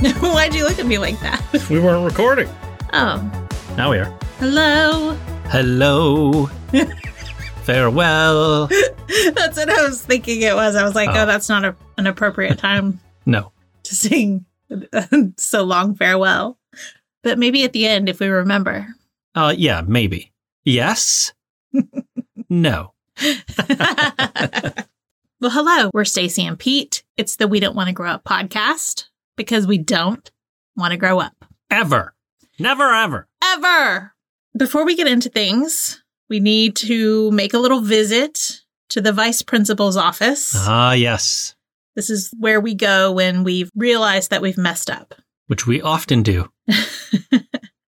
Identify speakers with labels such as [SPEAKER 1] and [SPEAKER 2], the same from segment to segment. [SPEAKER 1] Why'd you look at me like that?
[SPEAKER 2] We weren't recording.
[SPEAKER 1] Oh,
[SPEAKER 2] Now we are.
[SPEAKER 1] hello.
[SPEAKER 2] Hello. Farewell.
[SPEAKER 1] That's what I was thinking it was. I was like, oh,
[SPEAKER 2] Oh.
[SPEAKER 1] that's not a, an appropriate time
[SPEAKER 2] No.
[SPEAKER 1] to sing so long farewell. But maybe at the end, if we remember.
[SPEAKER 2] Uh yeah, maybe. Yes. no.
[SPEAKER 1] well, hello. We're Stacy and Pete. It's the We Don't Want to Grow Up podcast because we don't want to grow up
[SPEAKER 2] Ever. Never ever.
[SPEAKER 1] ever. Before we get into things, we need to make a little visit to the vice principal's office.
[SPEAKER 2] Ah yes.
[SPEAKER 1] This is where we go when we've realized that we've messed up,
[SPEAKER 2] Which we often do,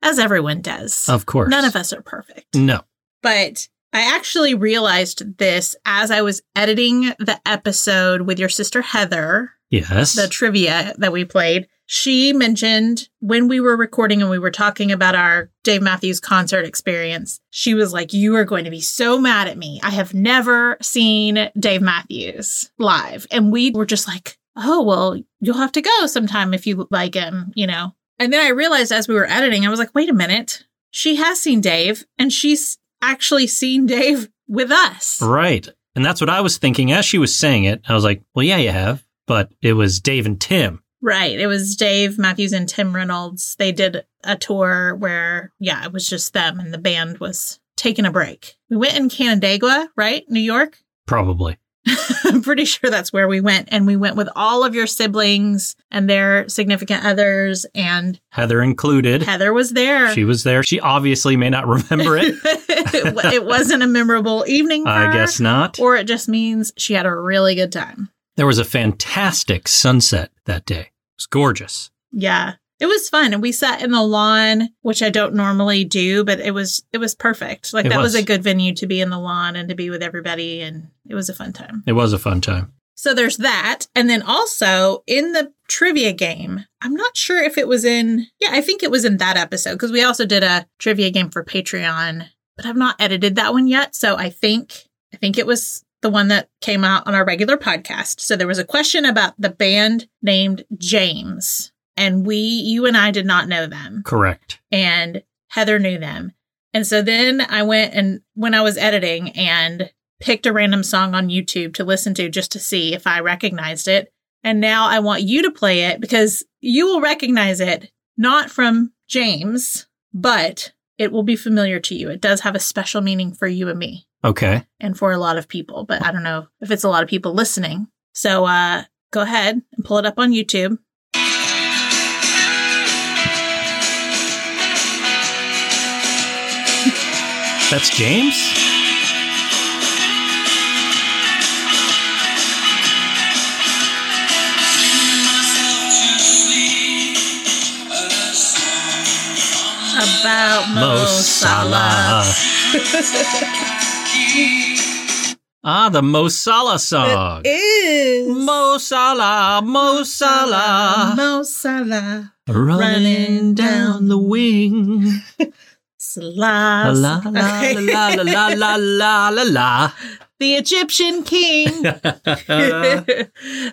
[SPEAKER 1] as everyone does.
[SPEAKER 2] of course.
[SPEAKER 1] None of us are perfect.
[SPEAKER 2] No.
[SPEAKER 1] But I actually realized this as I was editing the episode with your sister Heather,
[SPEAKER 2] Yes.
[SPEAKER 1] the trivia that we played. She mentioned when we were recording and we were talking about our Dave Matthews concert experience, she was like, You are going to be so mad at me. I have never seen Dave Matthews live. And we were just like, Oh, well, you'll have to go sometime if you like him, you know? And then I realized as we were editing, I was like, Wait a minute. She has seen Dave and she's actually seen Dave with us.
[SPEAKER 2] right. And that's what I was thinking as she was saying it. I was like, well yeah, you have. But it was Dave and Tim.
[SPEAKER 1] Right. It was Dave Matthews and Tim Reynolds. They did a tour where, yeah, it was just them and the band was taking a break. We went in Canandaigua, right? New York.
[SPEAKER 2] Probably.
[SPEAKER 1] I'm pretty sure that's where we went. And we went with all of your siblings and their significant others. And
[SPEAKER 2] Heather included.
[SPEAKER 1] Heather was there.
[SPEAKER 2] She was there. She obviously may not remember it.
[SPEAKER 1] it, wa- it wasn't a memorable evening. For
[SPEAKER 2] I
[SPEAKER 1] her,
[SPEAKER 2] guess not.
[SPEAKER 1] Or it just means she had a really good time.
[SPEAKER 2] There was a fantastic sunset that day. It was gorgeous.
[SPEAKER 1] Yeah. It was fun and we sat in the lawn, which I don't normally do, but it was it was perfect. Like
[SPEAKER 2] It
[SPEAKER 1] that was.
[SPEAKER 2] was.
[SPEAKER 1] a good venue to be in the lawn and to be with everybody and it was a fun time.
[SPEAKER 2] It was a fun time.
[SPEAKER 1] So there's that. And then also in the trivia game, I'm not sure if it was in yeah, I think it was in that episode because we also did a trivia game for Patreon, but I've not edited that one yet, so I think I think it was the one that came out on our regular podcast. So there was a question about the band named James, and we, you and I did not know them,
[SPEAKER 2] Correct.
[SPEAKER 1] and Heather knew them. And so then I went and when I was editing and picked a random song on YouTube to listen to just to see if I recognized it. And now I want you to play it because you will recognize it, not from James, but it will be familiar to you. It does have a special meaning for you and me
[SPEAKER 2] Okay.
[SPEAKER 1] and for a lot of people, but I don't know if it's a lot of people listening. So uh, go ahead and pull it up on YouTube.
[SPEAKER 2] That's James?
[SPEAKER 1] About Mo
[SPEAKER 2] Mo
[SPEAKER 1] Salah.
[SPEAKER 2] Salah. ah, the Mo Salah song.
[SPEAKER 1] Is
[SPEAKER 2] Mo Salah, Mo Salah.
[SPEAKER 1] Mo Salah.
[SPEAKER 2] Running down the wing. La
[SPEAKER 1] Salah.
[SPEAKER 2] la la la la la la la la.
[SPEAKER 1] The Egyptian king.
[SPEAKER 2] la.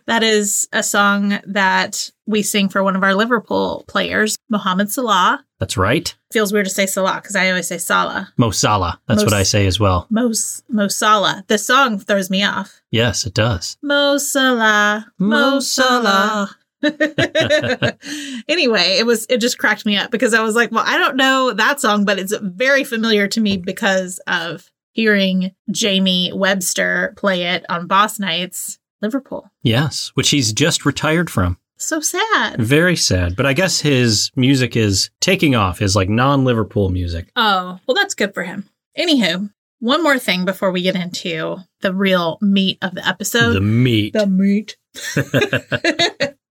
[SPEAKER 1] that is a song that we sing for one of our Liverpool players, Mohamed Salah.
[SPEAKER 2] That's right.
[SPEAKER 1] Feels weird to say Salah because I always say Salah.
[SPEAKER 2] Mo Salah. That's
[SPEAKER 1] Mo-
[SPEAKER 2] what I say as well.
[SPEAKER 1] Mo, Mo Salah. The song throws me off.
[SPEAKER 2] Yes, it does.
[SPEAKER 1] Mo Salah, Mo
[SPEAKER 2] Mo
[SPEAKER 1] Salah.
[SPEAKER 2] Salah.
[SPEAKER 1] anyway, it was it just cracked me up because I was like, well, I don't know that song, but it's very familiar to me because of hearing Jamie Webster play it on Boss Nights Liverpool.
[SPEAKER 2] Yes, which he's just retired from.
[SPEAKER 1] So sad.
[SPEAKER 2] Very sad. But I guess his music is taking off, his like non Liverpool music.
[SPEAKER 1] Oh, well that's good for him. Anywho, one more thing before we get into the real meat of the episode.
[SPEAKER 2] the meat.
[SPEAKER 1] meat.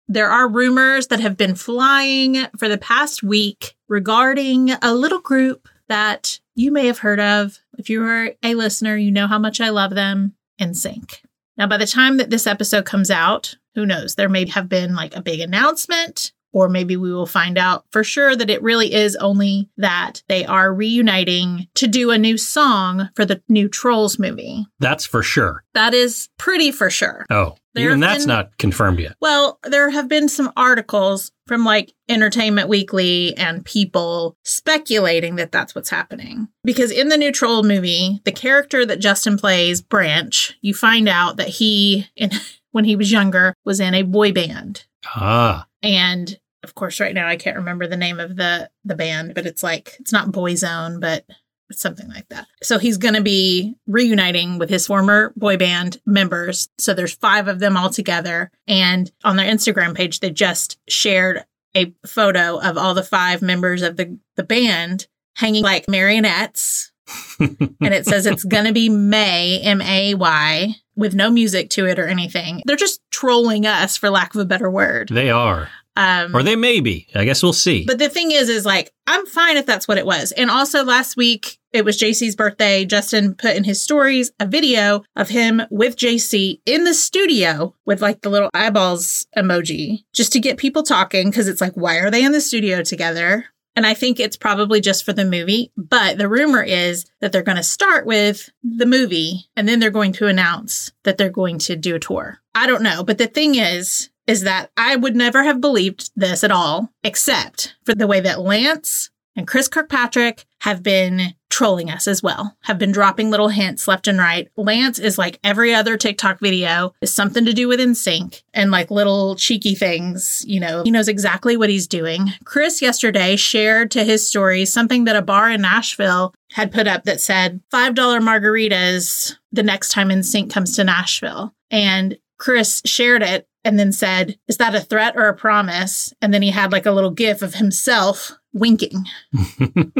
[SPEAKER 1] there are rumors that have been flying for the past week regarding a little group that you may have heard of. If you are a listener, you know how much I love them in sync. Now, by the time that this episode comes out, who knows? There may have been like a big announcement or maybe we will find out for sure that it really is only that they are reuniting to do a new song for the new Trolls movie.
[SPEAKER 2] That's for sure.
[SPEAKER 1] That is pretty for sure.
[SPEAKER 2] Oh,
[SPEAKER 1] There
[SPEAKER 2] even
[SPEAKER 1] have
[SPEAKER 2] that's
[SPEAKER 1] been-
[SPEAKER 2] not confirmed yet.
[SPEAKER 1] Well, there have been some articles from like Entertainment Weekly and people speculating that that's what's happening. Because in the new Troll movie, the character that Justin plays, Branch, you find out that he, in, when he was younger, was in a boy band.
[SPEAKER 2] Ah,
[SPEAKER 1] And of course, right now I can't remember the name of the the band, but it's like it's not Boyzone, but it's something like that. So he's going to be reuniting with his former boy band members. So there's five of them all together, and on their Instagram page, they just shared a photo of all the five members of the the band hanging like marionettes. and it says it's going to be May, M A Y, with no music to it or anything. They're just trolling us, for lack of a better word.
[SPEAKER 2] they are,
[SPEAKER 1] Um,
[SPEAKER 2] or they may be. I guess we'll see.
[SPEAKER 1] but the thing is, is like, I'm fine if that's what it was. And also last week, it was JC's birthday. Justin put in his stories a video of him with JC in the studio with like the little eyeballs emoji just to get people talking because it's like, why are they in the studio together? And I think it's probably just for the movie. But the rumor is that they're going to start with the movie and then they're going to announce that they're going to do a tour. I don't know. But the thing is, is that I would never have believed this at all, except for the way that Lance and Chris Kirkpatrick have been trolling us as well, have been dropping little hints left and right. Lance is like every other TikTok video is something to do with NSYNC and like little cheeky things, you know, he knows exactly what he's doing. Chris yesterday shared to his story something that a bar in Nashville had put up that said $5 margaritas the next time NSYNC comes to Nashville. And Chris shared it and then said, Is that a threat or a promise? And then he had like a little gif of himself winking.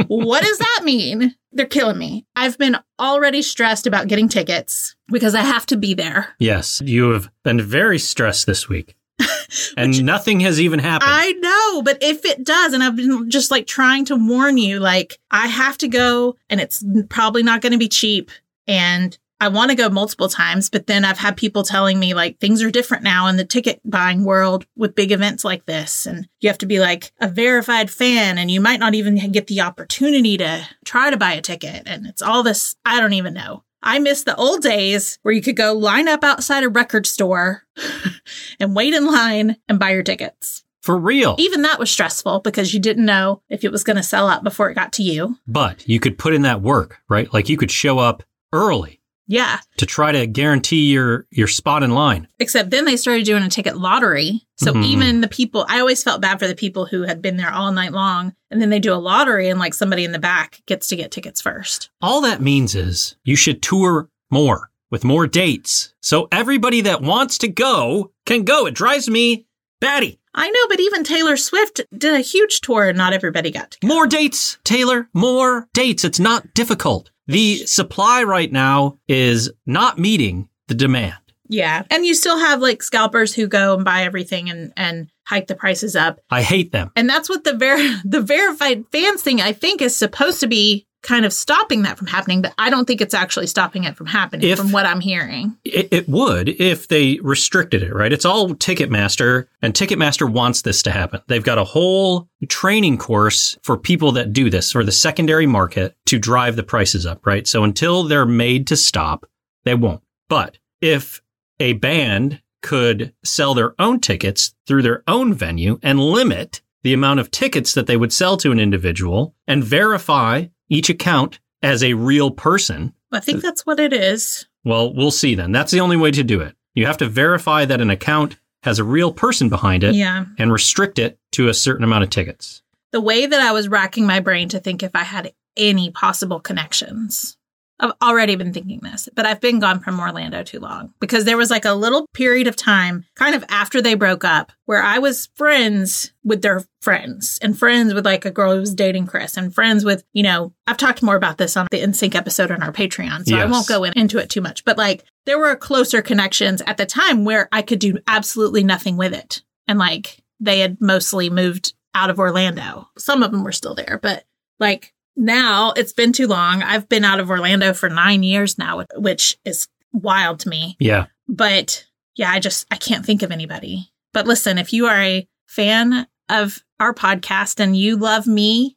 [SPEAKER 1] what does that mean? They're killing me. I've been already stressed about getting tickets because I have to be there.
[SPEAKER 2] yes, you have been very stressed this week, and nothing has even happened.
[SPEAKER 1] I know, but if it does, and I've been just like trying to warn you, like, I have to go and it's probably not going to be cheap. And I want to go multiple times, but then I've had people telling me like things are different now in the ticket buying world with big events like this. And you have to be like a verified fan and you might not even get the opportunity to try to buy a ticket. And it's all this, I don't even know. I miss the old days where you could go line up outside a record store and wait in line and buy your tickets
[SPEAKER 2] For real.
[SPEAKER 1] even that was stressful because you didn't know if it was going to sell out before it got to you.
[SPEAKER 2] But you could put in that work, right? Like you could show up early
[SPEAKER 1] Yeah.
[SPEAKER 2] to try to guarantee your your spot in line.
[SPEAKER 1] Except then they started doing a ticket lottery. So
[SPEAKER 2] Mhm.
[SPEAKER 1] even the people, I always felt bad for the people who had been there all night long. And then they do a lottery and like somebody in the back gets to get tickets first.
[SPEAKER 2] All that means is you should tour more with more dates. So everybody that wants to go can go. It drives me batty.
[SPEAKER 1] I know, but even Taylor Swift did a huge tour and not everybody got to.
[SPEAKER 2] More dates, Taylor, more dates. It's not difficult. The supply right now is not meeting the demand.
[SPEAKER 1] Yeah. And you still have like scalpers who go and buy everything and, and hike the prices up.
[SPEAKER 2] I hate them.
[SPEAKER 1] And that's what the ver- the verified fans thing I think is supposed to be kind of stopping that from happening, but I don't think it's actually stopping it from happening
[SPEAKER 2] If-
[SPEAKER 1] from what I'm hearing.
[SPEAKER 2] It, it would if they restricted it, right? It's all Ticketmaster, and Ticketmaster wants this to happen. They've got a whole training course for people that do this, for the secondary market to drive the prices up, right? So until they're made to stop, they won't. But if a band could sell their own tickets through their own venue and limit the amount of tickets that they would sell to an individual and verify each account as a real person,
[SPEAKER 1] I think that's what it is.
[SPEAKER 2] well, we'll see then. That's the only way to do it. You have to verify that an account has a real person behind it
[SPEAKER 1] Yeah.
[SPEAKER 2] and restrict it to a certain amount of tickets.
[SPEAKER 1] The way that I was racking my brain to think if I had any possible connections. I've already been thinking this, but I've been gone from Orlando too long because there was like a little period of time, kind of after they broke up, where I was friends with their friends and friends with like a girl who was dating Chris and friends with, you know, I've talked more about this on the NSYNC episode on our Patreon, so I
[SPEAKER 2] Yes.
[SPEAKER 1] won't go in- into it too much. But like there were closer connections at the time where I could do absolutely nothing with it. And like they had mostly moved out of Orlando. Some of them were still there, but like now it's been too long. I've been out of Orlando for nine years now, which is wild to me.
[SPEAKER 2] Yeah.
[SPEAKER 1] But yeah, I just I can't think of anybody. But listen, if you are a fan of our podcast and you love me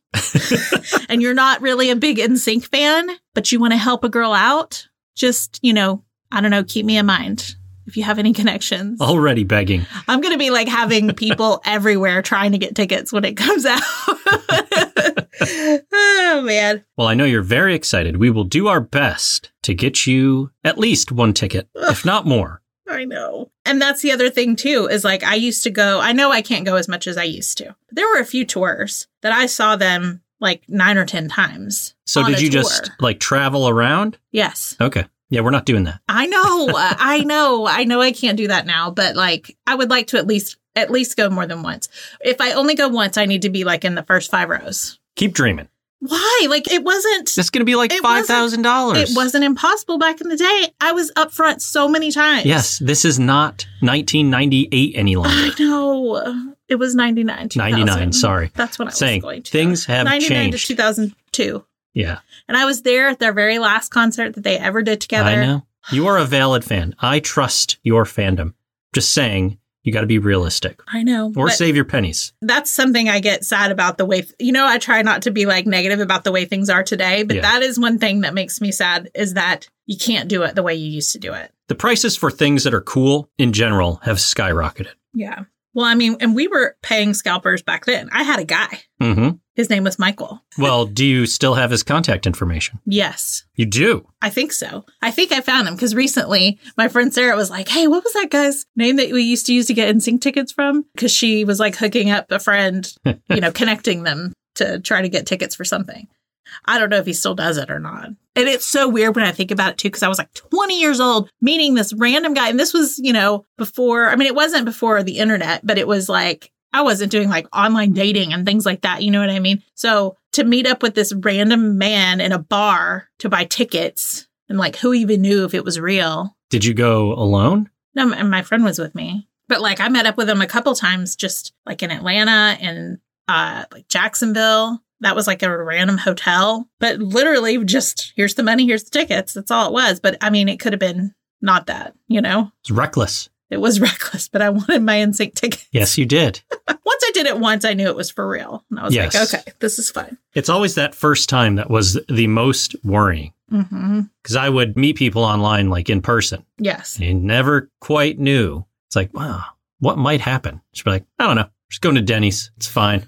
[SPEAKER 1] and you're not really a big NSYNC fan, but you want to help a girl out, just, you know, I don't know, keep me in mind if you have any connections.
[SPEAKER 2] Already begging.
[SPEAKER 1] I'm going to be like having people everywhere trying to get tickets when it comes out. oh, man.
[SPEAKER 2] Well, I know you're very excited. We will do our best to get you at least one ticket, if not more.
[SPEAKER 1] I know. And that's the other thing too is like I used to go, I know I can't go as much as I used to. There were a few tours that I saw them like 9 or 10 times.
[SPEAKER 2] So
[SPEAKER 1] on
[SPEAKER 2] did
[SPEAKER 1] a
[SPEAKER 2] you
[SPEAKER 1] tour.
[SPEAKER 2] just like travel around?
[SPEAKER 1] Yes.
[SPEAKER 2] Okay. Yeah, we're not doing that.
[SPEAKER 1] I know. uh, I know. I know I can't do that now, but like I would like to at least at least go more than once. If I only go once, I need to be like in the first 5 rows.
[SPEAKER 2] Keep dreaming.
[SPEAKER 1] Why? Like it wasn't
[SPEAKER 2] It's going to be like
[SPEAKER 1] It
[SPEAKER 2] five
[SPEAKER 1] wasn't-
[SPEAKER 2] thousand dollars.
[SPEAKER 1] it wasn't impossible back in the day. I was up front so many times.
[SPEAKER 2] Yes, this is not 1998 any
[SPEAKER 1] I
[SPEAKER 2] longer.
[SPEAKER 1] know. It was 99. 2000.
[SPEAKER 2] 99. Sorry.
[SPEAKER 1] That's what I was
[SPEAKER 2] Saying
[SPEAKER 1] going to.
[SPEAKER 2] things have
[SPEAKER 1] 99
[SPEAKER 2] changed.
[SPEAKER 1] to 2002.
[SPEAKER 2] Yeah,
[SPEAKER 1] And I was there at their very last concert that they ever did together.
[SPEAKER 2] I know. You are a valid fan. I trust your fandom. Just saying, you got to be realistic
[SPEAKER 1] I know.
[SPEAKER 2] or
[SPEAKER 1] But
[SPEAKER 2] save your pennies.
[SPEAKER 1] that's something I get sad about the way, you know, I try not to be like negative about the way things are today, but
[SPEAKER 2] Yeah.
[SPEAKER 1] that is one thing that makes me sad is that you can't do it the way you used to do it.
[SPEAKER 2] The prices for things that are cool in general have skyrocketed.
[SPEAKER 1] Yeah. Well, I mean, and we were paying scalpers back then. I had a guy.
[SPEAKER 2] hmm
[SPEAKER 1] His name was Michael.
[SPEAKER 2] Well, do you still have his contact information?
[SPEAKER 1] Yes.
[SPEAKER 2] You do.
[SPEAKER 1] I think so. I think I found him because recently my friend Sarah was like, Hey, what was that guy's name that we used to use to get NSYNC tickets from? Because she was like hooking up a friend, you know, connecting them to try to get tickets for something. I don't know if he still does it or not. And it's so weird when I think about it too, because I was like 20 years old meeting this random guy. And this was, you know, before, I mean, it wasn't before the internet, but it was like, I wasn't doing like online dating and things like that. You know what I mean? So to meet up with this random man in a bar to buy tickets and like who even knew if it was real.
[SPEAKER 2] Did you go alone?
[SPEAKER 1] No, m- and my friend was with me. But like I met up with him a couple times just like in Atlanta and uh like Jacksonville. That was like a random hotel. But literally just here's the money, here's the tickets. That's all it was. But I mean it could have been not that, you know?
[SPEAKER 2] It's reckless.
[SPEAKER 1] It was reckless, but I wanted my NSYNC ticket.
[SPEAKER 2] Yes, you did.
[SPEAKER 1] Once I did it once, I knew it was for real. And I was like,
[SPEAKER 2] Yes.
[SPEAKER 1] okay, this is fun.
[SPEAKER 2] It's always that first time that was the most worrying
[SPEAKER 1] hmm
[SPEAKER 2] because I would meet people online, like in person,
[SPEAKER 1] Yes.
[SPEAKER 2] and you never quite knew. It's like, wow, what might happen? Just be like, I don't know. Just going to Denny's. It's fine.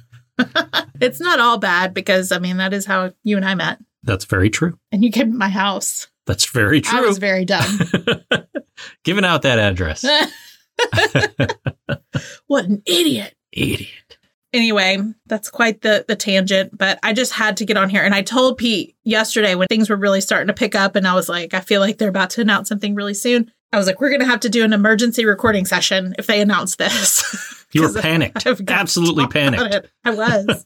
[SPEAKER 1] It's not all bad because I mean, that is how you and I met.
[SPEAKER 2] That's very true.
[SPEAKER 1] And you came to my house.
[SPEAKER 2] That's very
[SPEAKER 1] I
[SPEAKER 2] true.
[SPEAKER 1] was Eh. very dumb.
[SPEAKER 2] Giving out that address.
[SPEAKER 1] what an idiot.
[SPEAKER 2] Idiot.
[SPEAKER 1] Anyway, that's quite the the tangent, but I just had to get on here and I told Pete yesterday when things were really starting to pick up and I was like, I feel like they're about to announce something really soon. I was like, we're going to have to do an emergency recording session if they announce this.
[SPEAKER 2] You were
[SPEAKER 1] 'Cause
[SPEAKER 2] panicked.
[SPEAKER 1] I've got
[SPEAKER 2] Absolutely
[SPEAKER 1] about
[SPEAKER 2] panicked.
[SPEAKER 1] it. I was.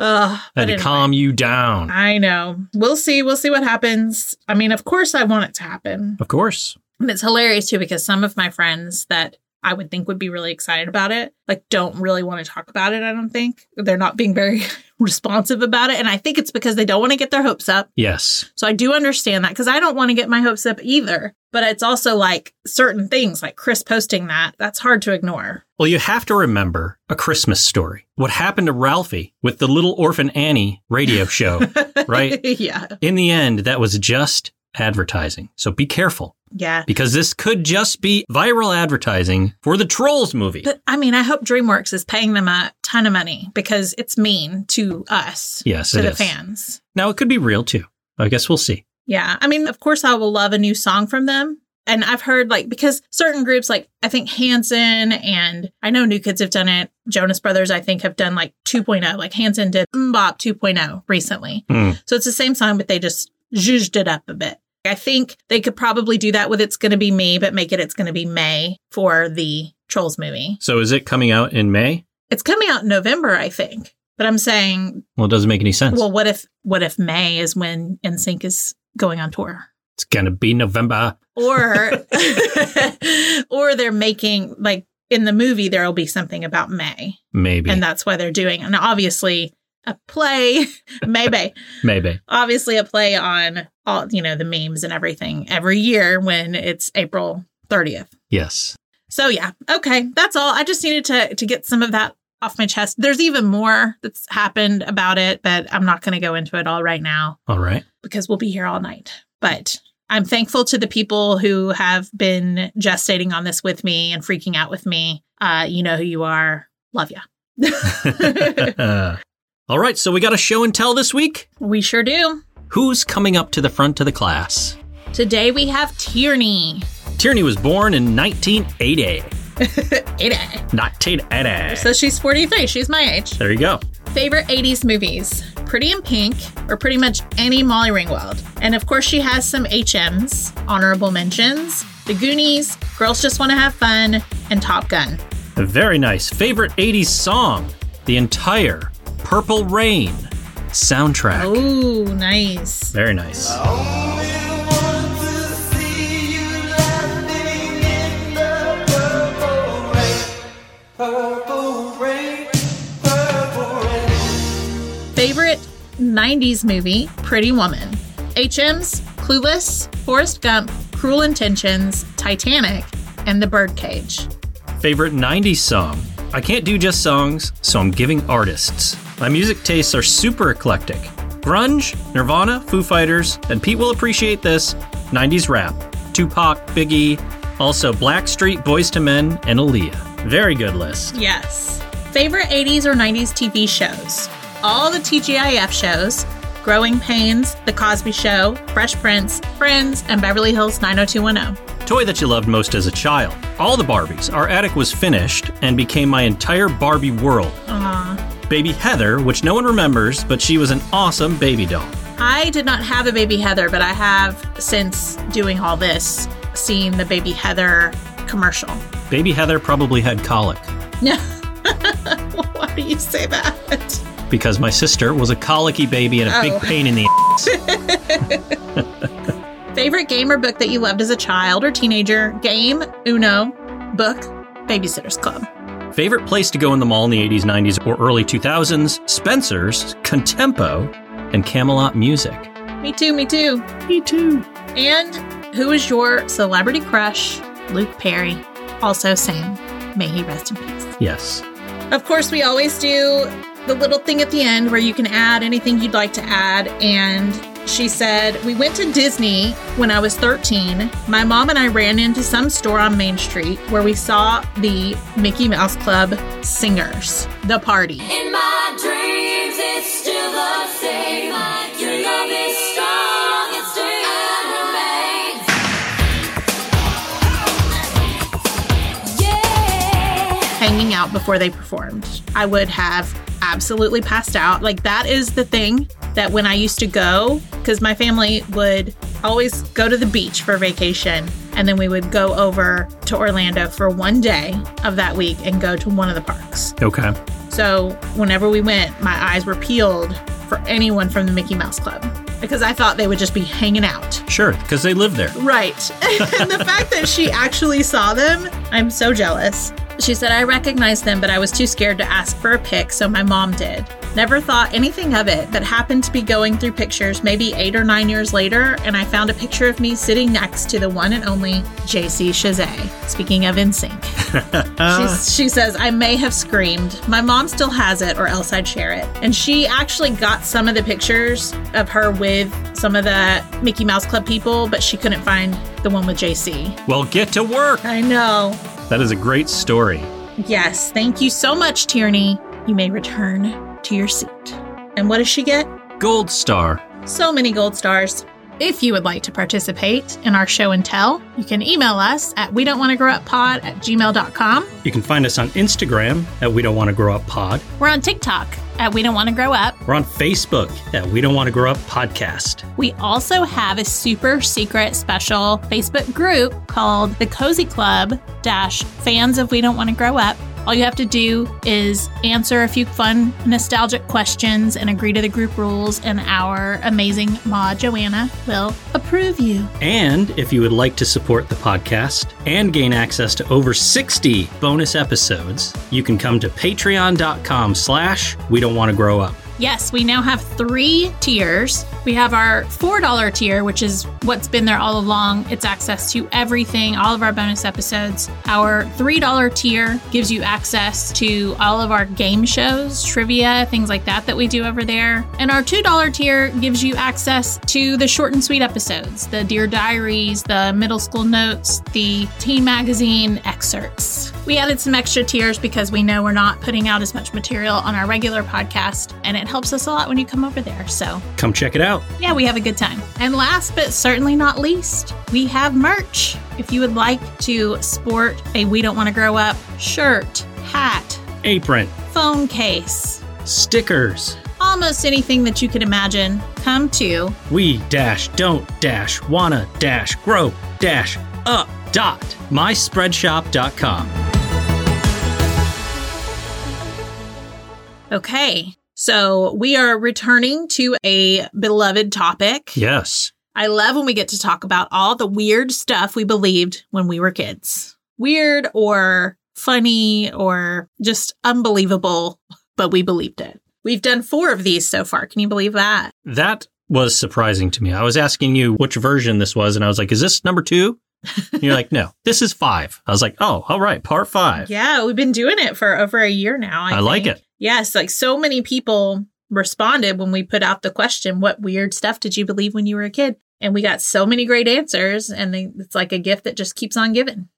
[SPEAKER 1] Ugh,
[SPEAKER 2] I
[SPEAKER 1] but
[SPEAKER 2] had to
[SPEAKER 1] anyway.
[SPEAKER 2] calm you down.
[SPEAKER 1] I know. We'll see. We'll see what happens. I mean, of course, I want it to happen.
[SPEAKER 2] Of course.
[SPEAKER 1] And it's hilarious too because some of my friends that I would think would be really excited about it, like, don't really want to talk about it. I don't think they're not being very responsive about it. And I think it's because they don't want to get their hopes up.
[SPEAKER 2] Yes.
[SPEAKER 1] So I do understand that because I don't want to get my hopes up either. But it's also like certain things, like Chris posting that, that's hard to ignore.
[SPEAKER 2] Well, you have to remember a Christmas story. What happened to Ralphie with the Little Orphan Annie radio show. Right.
[SPEAKER 1] yeah.
[SPEAKER 2] In the end, that was just advertising. So be careful
[SPEAKER 1] Yeah.
[SPEAKER 2] because this could just be viral advertising for the Trolls movie.
[SPEAKER 1] But I mean, I hope DreamWorks is paying them a ton of money because it's mean to us,
[SPEAKER 2] Yes,
[SPEAKER 1] to
[SPEAKER 2] it
[SPEAKER 1] the
[SPEAKER 2] is.
[SPEAKER 1] fans.
[SPEAKER 2] Now, it could be real too. I guess we'll see.
[SPEAKER 1] Yeah. I mean, of course, I will love a new song from them. And I've heard like, because certain groups, like I think Hanson and I know New Kids have done it. Jonas Brothers, I think, have done like 2.0. Like Hanson did Mbop 2.0 recently.
[SPEAKER 2] Hmm.
[SPEAKER 1] So it's the same song, but they just zhuzhed it up a bit. I think they could probably do that with It's Gonna Be Me, but make it It's Gonna Be May for the Trolls movie.
[SPEAKER 2] So is it coming out in May?
[SPEAKER 1] It's coming out in November, I think. But I'm saying,
[SPEAKER 2] Well, it doesn't make any sense.
[SPEAKER 1] well, what if what if May is when NSYNC is going on tour?
[SPEAKER 2] it's going to be November.
[SPEAKER 1] Or or they're making like in the movie there'll be something about May.
[SPEAKER 2] Maybe.
[SPEAKER 1] And that's why they're doing and obviously a play maybe
[SPEAKER 2] Maybe.
[SPEAKER 1] obviously a play on all you know the memes and everything every year when it's April 30th.
[SPEAKER 2] Yes.
[SPEAKER 1] So yeah, okay, that's all. I just needed to to get some of that off my chest. There's even more that's happened about it, but I'm not going to go into it all right now
[SPEAKER 2] All right.
[SPEAKER 1] because we'll be here all night. But I'm thankful to the people who have been gestating on this with me and freaking out with me. Uh, you know who you are. Love ya.
[SPEAKER 2] All right, so we got a show and tell this week.
[SPEAKER 1] we sure do.
[SPEAKER 2] Who's coming up to the front of the class?
[SPEAKER 1] Today we have Tierney.
[SPEAKER 2] Tierney was born in 1980.
[SPEAKER 1] Ada.
[SPEAKER 2] 1980.
[SPEAKER 1] So she's 43. She's my age.
[SPEAKER 2] there you go.
[SPEAKER 1] Favorite 80s movies Pretty in Pink, or pretty much any Molly Ringwald. And of course, she has some HMs, honorable mentions The Goonies, Girls Just Want to Have Fun, and Top Gun.
[SPEAKER 2] Very nice. Favorite 80s song? The entire Purple Rain soundtrack.
[SPEAKER 1] Oh, nice.
[SPEAKER 2] Very nice.
[SPEAKER 1] Favorite 90s movie Pretty Woman. HMs, Clueless, Forrest Gump, Cruel Intentions, Titanic, and The Birdcage.
[SPEAKER 2] Favorite 90s song? I can't do just songs, so I'm giving artists. My music tastes are super eclectic. Grunge, Nirvana, Foo Fighters, and Pete will appreciate this 90s rap. Tupac, Biggie, also Blackstreet, Boys to Men, and Aaliyah. Very good list.
[SPEAKER 1] Yes. Favorite 80s or 90s TV shows? All the TGIF shows Growing Pains, The Cosby Show, Fresh Prince, Friends, and Beverly Hills 90210.
[SPEAKER 2] Toy that you loved most as a child. All the Barbies. Our attic was finished and became my entire Barbie world. Baby Heather, which no one remembers, but she was an awesome baby doll.
[SPEAKER 1] I did not have a baby Heather, but I have, since doing all this, seen the baby Heather commercial.
[SPEAKER 2] Baby Heather probably had colic
[SPEAKER 1] Why do you say that?
[SPEAKER 2] because my sister was a colicky baby and a
[SPEAKER 1] Oh.
[SPEAKER 2] big pain in the ass.
[SPEAKER 1] Favorite game or book that you loved as a child or teenager? Game, Uno, book, Babysitter's Club.
[SPEAKER 2] Favorite place to go in the mall in the 80s, 90s, or early 2000s? Spencer's, Contempo, and Camelot Music.
[SPEAKER 1] Me too, me too.
[SPEAKER 2] Me too.
[SPEAKER 1] And who is your celebrity crush? Luke Perry. Also same. May he rest in peace.
[SPEAKER 2] Yes.
[SPEAKER 1] Of course, we always do the little thing at the end where you can add anything you'd like to add. And she said, We went to Disney when I was 13. My mom and I ran into some store on Main Street where we saw the Mickey Mouse Club singers, the party.
[SPEAKER 3] In my dreams, it's still the same. Your love is strong, it still remains. Yeah.
[SPEAKER 1] hanging out before they performed. I would have absolutely passed out. Like, that is the thing that when I used to go, because my family would always go to the beach for vacation, and then we would go over to Orlando for one day of that week and go to one of the parks.
[SPEAKER 2] Okay.
[SPEAKER 1] So, whenever we went, my eyes were peeled for anyone from the Mickey Mouse Club because I thought they would just be hanging out.
[SPEAKER 2] Sure, because they live there.
[SPEAKER 1] Right. and the fact that she actually saw them, I'm so jealous. She said, I recognized them, but I was too scared to ask for a pic, so my mom did. Never thought anything of it, but happened to be going through pictures maybe eight or nine years later, and I found a picture of me sitting next to the one and only JC Chazet. Speaking of NSYNC. She's, she says, I may have screamed. My mom still has it, or else I'd share it. And she actually got some of the pictures of her with some of the Mickey Mouse Club people, but she couldn't find the one with JC.
[SPEAKER 2] Well, get to work.
[SPEAKER 1] I know.
[SPEAKER 2] That is a great story.
[SPEAKER 1] Yes. Thank you so much, Tierney. You may return to your seat. And what does she get?
[SPEAKER 2] Gold Star.
[SPEAKER 1] so many gold stars. If you would like to participate in our show and tell, you can email us at we don't want to grow up pod at gmail.com.
[SPEAKER 2] You can find us on Instagram at We Don't Want to Grow Up Pod.
[SPEAKER 1] We're on TikTok at we don't want to grow up.
[SPEAKER 2] We're on Facebook at We Don't Want to Grow Up Podcast.
[SPEAKER 1] We also have a super secret special Facebook group called the Cozy Club dash fans of We Don't Want to Grow Up. All you have to do is answer a few fun, nostalgic questions and agree to the group rules, and our amazing Ma Joanna will approve you.
[SPEAKER 2] And if you would like to support the podcast and gain access to over 60 bonus episodes, you can come to patreon.com slash we don't want to grow up.
[SPEAKER 1] Yes, we now have three tiers We have our $4 tier, which is what's been there all along. It's access to everything, all of our bonus episodes. Our $3 tier gives you access to all of our game shows, trivia, things like that that we do over there. And our $2 tier gives you access to the short and sweet episodes, the Dear Diaries, the Middle School Notes, the Teen Magazine excerpts. We added some extra tiers because we know we're not putting out as much material on our regular podcast, and it helps us a lot when you come over there. So,
[SPEAKER 2] Come check it out.
[SPEAKER 1] yeah, we have a good time. And last but certainly not least, we have merch. If you would like to sport a We Don't Want to Grow Up shirt, hat,
[SPEAKER 2] Apron,
[SPEAKER 1] phone case,
[SPEAKER 2] stickers,
[SPEAKER 1] almost anything that you could imagine, come to
[SPEAKER 2] we dash don't dash wanna dash grow dash up dot myspreadshop.com.
[SPEAKER 1] Okay. So we are returning to a beloved topic.
[SPEAKER 2] Yes.
[SPEAKER 1] I love when we get to talk about all the weird stuff we believed when we were kids. Weird or funny or just unbelievable, but we believed it. We've done four of these so far. Can you believe that?
[SPEAKER 2] That was surprising to me. I was asking you which version this was, and I was like, is this number two? And you're like, no, this is five. I was like, oh, all right, part five.
[SPEAKER 1] Yeah, we've been doing it for over a year now.
[SPEAKER 2] I like
[SPEAKER 1] think.
[SPEAKER 2] it.
[SPEAKER 1] Yes, like so many people responded when we put out the question, What weird stuff did you believe when you were a kid? And we got so many great answers, and they, it's like a gift that just keeps on giving.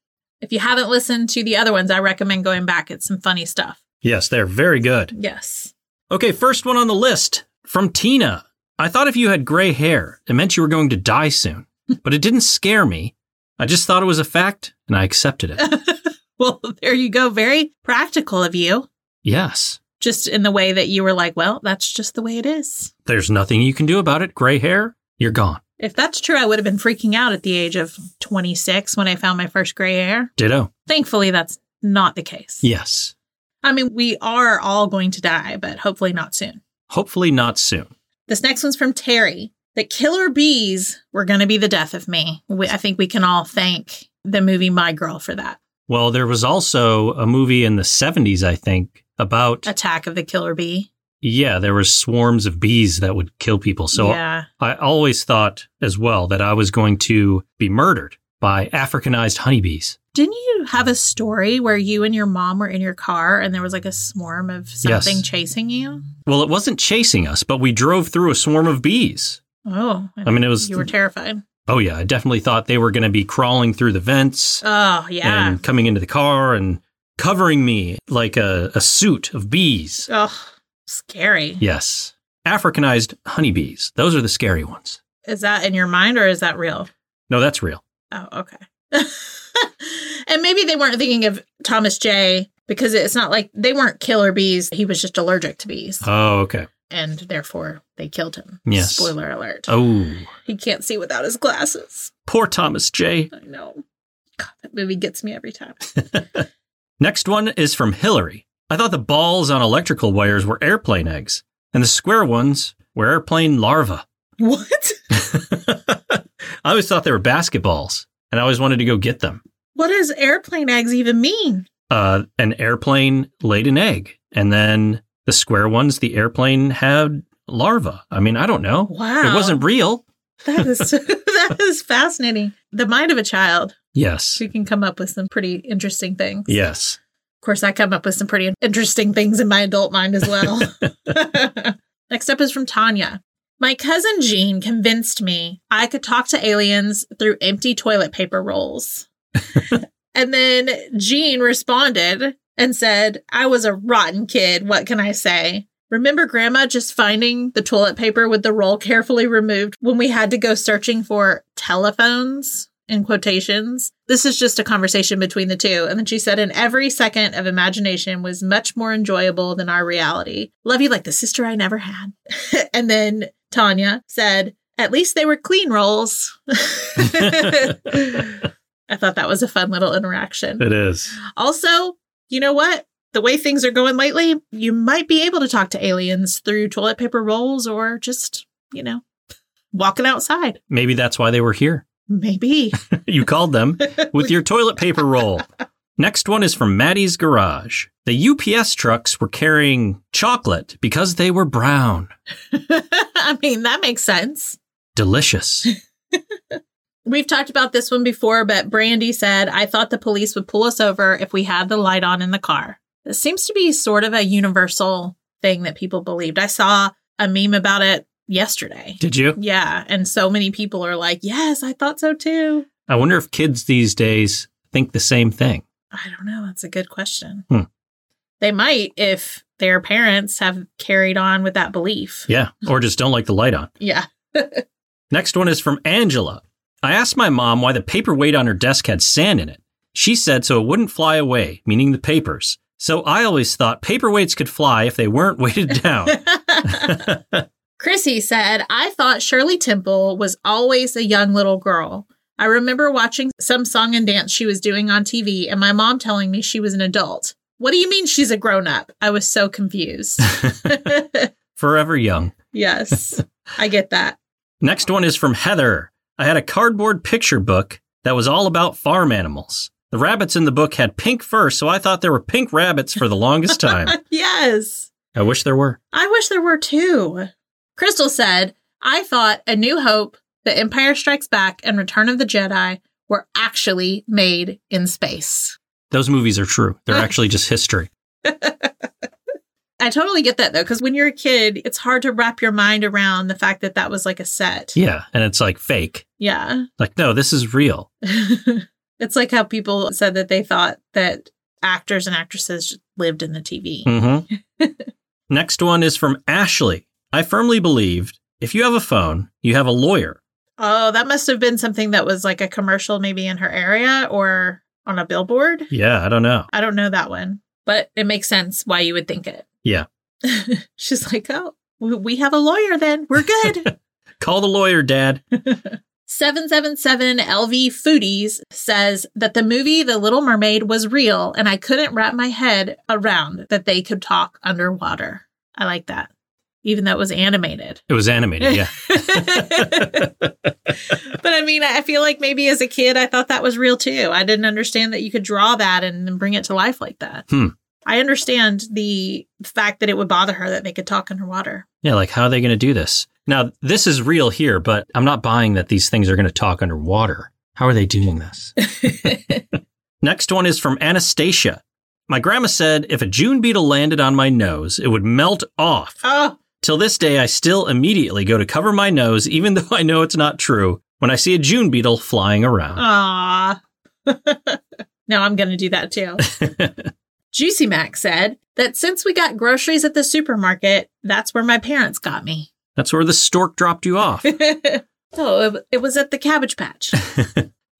[SPEAKER 1] If you haven't listened to the other ones, I recommend going back. It's some funny stuff.
[SPEAKER 2] Yes, they're very good.
[SPEAKER 1] Yes.
[SPEAKER 2] Okay, first one on the list from Tina. I thought if you had gray hair, it meant you were going to die soon, but it didn't scare me. I just thought it was a fact and I accepted it.
[SPEAKER 1] Well, there you go. Very practical of you,
[SPEAKER 2] yes,
[SPEAKER 1] just in the way that you were like, Well, that's just the way it is.
[SPEAKER 2] there's nothing you can do about it. Gray hair, you're gone.
[SPEAKER 1] If that's true, I would have been freaking out at the age of 26 when I found my first gray hair.
[SPEAKER 2] Ditto.
[SPEAKER 1] Thankfully, that's not the case.
[SPEAKER 2] Yes.
[SPEAKER 1] I mean, we are all going to die, but hopefully not soon.
[SPEAKER 2] Hopefully not soon.
[SPEAKER 1] This next one's from Terry. The killer bees were going to be the death of me. We, I think we can all thank the movie My Girl for that.
[SPEAKER 2] Well, there was also a movie in the 70s, I think, about
[SPEAKER 1] Attack of the killer bee.
[SPEAKER 2] yeah, there were swarms of bees that would kill people. So uh,
[SPEAKER 1] yeah,
[SPEAKER 2] I always thought as well that I was going to be murdered by Africanized honeybees.
[SPEAKER 1] didn't you have a story where you and your mom were in your car and there was like a swarm of something chasing you?
[SPEAKER 2] Well, it wasn't chasing us, but we drove through a swarm of bees.
[SPEAKER 1] Oh,
[SPEAKER 2] I mean, it was-
[SPEAKER 1] you were terrified.
[SPEAKER 2] Oh, yeah. I definitely thought they were going to be crawling through the vents
[SPEAKER 1] Oh yeah.
[SPEAKER 2] and coming into the car and covering me like a, a suit of bees.
[SPEAKER 1] oh, scary.
[SPEAKER 2] Yes. Africanized honeybees. Those are the scary ones.
[SPEAKER 1] Is that in your mind or is that real?
[SPEAKER 2] No, that's real.
[SPEAKER 1] Oh, okay. and maybe they weren't thinking of Thomas J because it's not like they weren't killer bees. He was just allergic to bees
[SPEAKER 2] Oh, okay.
[SPEAKER 1] and therefore they killed him.
[SPEAKER 2] Yes.
[SPEAKER 1] Spoiler alert.
[SPEAKER 2] Oh,
[SPEAKER 1] He can't see without his glasses.
[SPEAKER 2] poor Thomas J.
[SPEAKER 1] I know. God, that movie gets me every time.
[SPEAKER 2] Next one is from Hillary. I thought the balls on electrical wires were airplane eggs, and the square ones were airplane larvae.
[SPEAKER 1] what?
[SPEAKER 2] I always thought they were basketballs, and I always wanted to go get them.
[SPEAKER 1] What does airplane eggs even mean?
[SPEAKER 2] Uh, an airplane laid an egg, and then the square ones, the airplane had larvae. I mean, I don't know.
[SPEAKER 1] Wow.
[SPEAKER 2] It wasn't real.
[SPEAKER 1] That is that is fascinating. The mind of a child
[SPEAKER 2] Yes.
[SPEAKER 1] who can come up with some pretty interesting things.
[SPEAKER 2] Yes.
[SPEAKER 1] Of course, I come up with some pretty interesting things in my adult mind as well. Next up is from Tanya. My cousin Jean convinced me I could talk to aliens through empty toilet paper rolls. and then Jean responded and said, I was a rotten kid. What can I say? Remember grandma just finding the toilet paper with the roll carefully removed when we had to go searching for telephones in quotations? This is just a conversation between the two. And then she said, and every second of imagination was much more enjoyable than our reality. Love you like the sister I never had. and then Tanya said, at least they were clean rolls.
[SPEAKER 2] it
[SPEAKER 1] I thought that was a fun little interaction.
[SPEAKER 2] is.
[SPEAKER 1] Also, you know what? The way things are going lately, you might be able to talk to aliens through toilet paper rolls or just, you know, walking outside.
[SPEAKER 2] Maybe that's why they were here.
[SPEAKER 1] Maybe.
[SPEAKER 2] You called them with your toilet paper roll. Next one is from Maddie's Garage. The UPS trucks were carrying chocolate because they were brown.
[SPEAKER 1] I mean, that makes sense.
[SPEAKER 2] Delicious.
[SPEAKER 1] We've talked about this one before, but Brandy said, I thought the police would pull us over if we had the light on in the car. This seems to be sort of a universal thing that people believed. I saw a meme about it yesterday.
[SPEAKER 2] Did you?
[SPEAKER 1] Yeah. And so many people are like, yes, I thought so too.
[SPEAKER 2] I wonder if kids these days think the same thing.
[SPEAKER 1] I don't know. That's a good question.
[SPEAKER 2] Hmm.
[SPEAKER 1] They might if their parents have carried on with that belief.
[SPEAKER 2] Yeah. Or just don't like the light on.
[SPEAKER 1] Yeah.
[SPEAKER 2] Next one is from Angela. I asked my mom why the paperweight on her desk had sand in it. She said so it wouldn't fly away, meaning the papers. So I always thought paperweights could fly if they weren't weighted down.
[SPEAKER 1] Chrissy said, I thought Shirley Temple was always a young little girl. I remember watching some song and dance she was doing on TV and my mom telling me she was an adult. What do you mean she's a grown up? I was so confused.
[SPEAKER 2] Forever young.
[SPEAKER 1] yes, I get that.
[SPEAKER 2] Next one is from Heather. I had a cardboard picture book that was all about farm animals. The rabbits in the book had pink fur, so I thought there were pink rabbits for the longest time.
[SPEAKER 1] yes.
[SPEAKER 2] I wish there were.
[SPEAKER 1] I wish there were two. Crystal said, I thought A New Hope, The Empire Strikes Back, and Return of the Jedi were actually made in space.
[SPEAKER 2] Those movies are true. They're actually just history.
[SPEAKER 1] I totally get that though, because when you're a kid, it's hard to wrap your mind around the fact that that was like a set.
[SPEAKER 2] Yeah, and it's like fake.
[SPEAKER 1] Yeah.
[SPEAKER 2] Like, no, this is real.
[SPEAKER 1] it's like how people said that they thought that actors and actresses lived in the TV.
[SPEAKER 2] Mm-hmm. Next one is from Ashley. I firmly believed if you have a phone, you have a lawyer.
[SPEAKER 1] Oh, that must have been something that was like a commercial maybe in her area or on a billboard.
[SPEAKER 2] Yeah, I don't know.
[SPEAKER 1] I don't know that one, but it makes sense why you would think it.
[SPEAKER 2] Yeah.
[SPEAKER 1] She's like, oh, we- we have a lawyer then. We're good.
[SPEAKER 2] Call the lawyer, Dad.
[SPEAKER 1] 777 LV Foodies says that the movie The Little Mermaid was real, and I couldn't wrap my head around that they could talk underwater. I like that, even though it was animated.
[SPEAKER 2] It was animated. Yeah.
[SPEAKER 1] but I mean, I feel like maybe as a kid, I thought that was real too. I didn't understand that you could draw that and then bring it to life like that.
[SPEAKER 2] Hmm.
[SPEAKER 1] I understand the fact that it would bother her that they could talk underwater.
[SPEAKER 2] yeah. Like, how are they going to do this? Now, this is real here, but I'm not buying that these things are going to talk underwater. How are they doing this? Next one is from Anastasia. My grandma said if a June beetle landed on my nose, it would melt off.
[SPEAKER 1] oh,
[SPEAKER 2] Till this day, I still immediately go to cover my nose, even though I know it's not true, when I see a June beetle flying around.
[SPEAKER 1] aw. now I'm going to do that too. Juicy Mac said that since we got groceries at the supermarket, that's where my parents got me.
[SPEAKER 2] That's where the stork dropped you off.
[SPEAKER 1] so it, it was at the Cabbage Patch.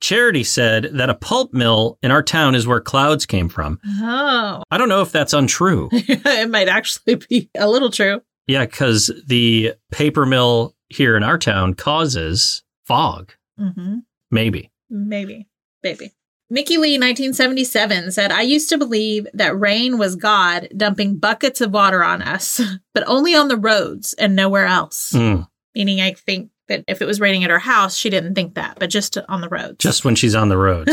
[SPEAKER 2] Charity said that a pulp mill in our town is where clouds came from.
[SPEAKER 1] oh,
[SPEAKER 2] I don't know if that's untrue.
[SPEAKER 1] it might actually be a little true.
[SPEAKER 2] yeah, because the paper mill here in our town causes fog,
[SPEAKER 1] Mm-hmm.
[SPEAKER 2] maybe.
[SPEAKER 1] Maybe. Maybe. Mickey Lee, 1977, said, I used to believe that rain was God dumping buckets of water on us, but only on the roads and nowhere else.
[SPEAKER 2] Mm,
[SPEAKER 1] Meaning, I think that if it was raining at her house, she didn't think that, but just on the roads.
[SPEAKER 2] just when she's on the road.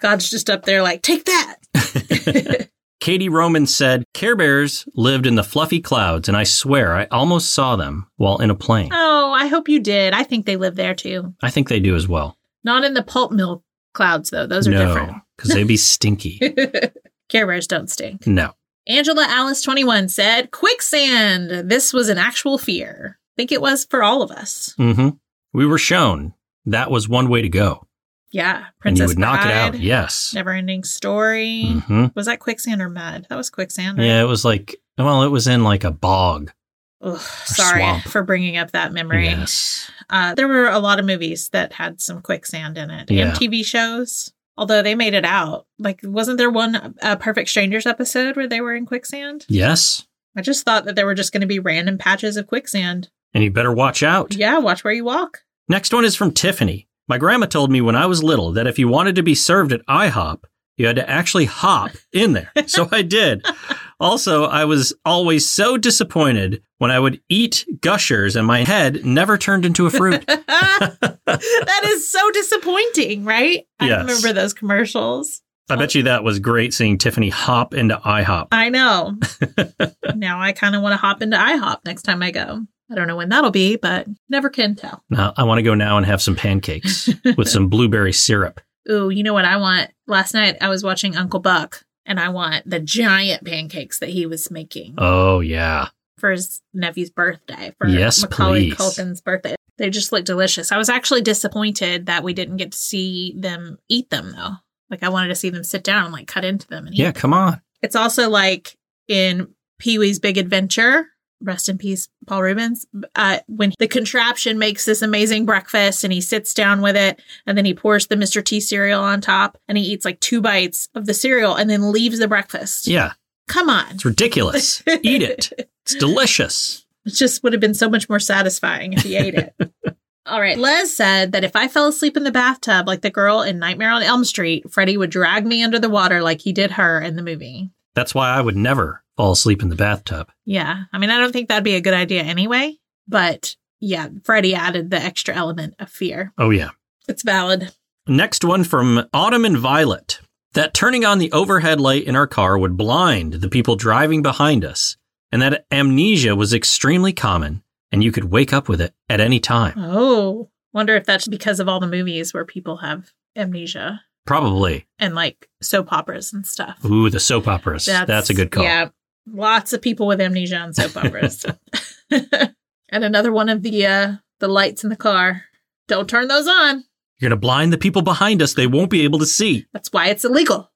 [SPEAKER 1] God's just up there like, take that.
[SPEAKER 2] Katie Roman said, Care Bears lived in the fluffy clouds, and I swear I almost saw them while in a plane.
[SPEAKER 1] Oh, I hope you did. I think they live there too.
[SPEAKER 2] I think they do as well.
[SPEAKER 1] Not in the pulp mill clouds, though. Those are
[SPEAKER 2] because they'd be stinky.
[SPEAKER 1] different. Care Bears don't stink.
[SPEAKER 2] No.
[SPEAKER 1] Angela Alice 21 said, Quicksand! This was an actual fear. I think it was for all of us.
[SPEAKER 2] hmm We were shown that was one way to go,
[SPEAKER 1] Yeah.
[SPEAKER 2] and
[SPEAKER 1] Princess
[SPEAKER 2] you would knock it out.
[SPEAKER 1] Bride,
[SPEAKER 2] Yes.
[SPEAKER 1] Never ending story.
[SPEAKER 2] hmm
[SPEAKER 1] Was that quicksand or mud? That was quicksand. Right?
[SPEAKER 2] Yeah, it was like well, it was in like a bog.
[SPEAKER 1] Ugh, sorry
[SPEAKER 2] swamp.
[SPEAKER 1] for bringing up that memory.
[SPEAKER 2] Yes.
[SPEAKER 1] Uh, there were a lot of movies that had some quicksand in it
[SPEAKER 2] Yeah.
[SPEAKER 1] and TV shows, although they made it out. Like, wasn't there one uh, Perfect Strangers episode where they were in quicksand?
[SPEAKER 2] Yes.
[SPEAKER 1] I just thought that there were just going to be random patches of quicksand.
[SPEAKER 2] And you better watch out.
[SPEAKER 1] Yeah, watch where you walk.
[SPEAKER 2] Next one is from Tiffany. My grandma told me when I was little that if you wanted to be served at IHOP, you had to actually hop in there. So I did. Also, I was always so disappointed when I would eat gushers and my head never turned into a fruit.
[SPEAKER 1] that is so disappointing, right? I
[SPEAKER 2] Yes.
[SPEAKER 1] remember those commercials.
[SPEAKER 2] I bet you that was great seeing Tiffany hop into IHOP.
[SPEAKER 1] I know. now I kind of want to hop into IHOP next time I go. I don't know when that'll be, but never can tell.
[SPEAKER 2] Now, I want to go now and have some pancakes with some blueberry syrup.
[SPEAKER 1] Ooh, you know what I want? Last night I was watching Uncle Buck and I want the giant pancakes that he was making
[SPEAKER 2] Oh, yeah.
[SPEAKER 1] for his nephew's birthday, for
[SPEAKER 2] Yes,
[SPEAKER 1] Macaulay
[SPEAKER 2] please.
[SPEAKER 1] Culkin's birthday. They just look delicious. I was actually disappointed that we didn't get to see them eat them though. Like I wanted to see them sit down and like cut into them and eat
[SPEAKER 2] Yeah, come on.
[SPEAKER 1] It's also like in Pee Wee's Big Adventure, rest in peace, Paul Rubens, uh, when the contraption makes this amazing breakfast and he sits down with it and then he pours the Mr. T cereal on top and he eats like two bites of the cereal and then leaves the breakfast.
[SPEAKER 2] Yeah,
[SPEAKER 1] Come on.
[SPEAKER 2] it's ridiculous. Eat it. It's delicious.
[SPEAKER 1] It just would have been so much more satisfying if he ate it. All right. Les said that if I fell asleep in the bathtub like the girl in Nightmare on Elm Street, Freddy would drag me under the water like he did her in the movie.
[SPEAKER 2] That's why I would never fall asleep in the bathtub.
[SPEAKER 1] Yeah. I mean, I don't think that'd be a good idea anyway, but yeah, Freddy added the extra element of fear.
[SPEAKER 2] Oh, yeah.
[SPEAKER 1] It's valid.
[SPEAKER 2] Next one from Autumn and Violet. That turning on the overhead light in our car would blind the people driving behind us, and that amnesia was extremely common, and you could wake up with it at any time.
[SPEAKER 1] Oh, wonder if that's because of all the movies where people have amnesia
[SPEAKER 2] Probably.
[SPEAKER 1] and like soap operas and stuff.
[SPEAKER 2] Ooh, the soap operas. That's, a good call.
[SPEAKER 1] Yeah. Lots of people with amnesia on soap operas. and another one of the uh the lights in the car. Don't turn those on.
[SPEAKER 2] You're going to blind the people behind us. They won't be able to see.
[SPEAKER 1] That's why it's illegal.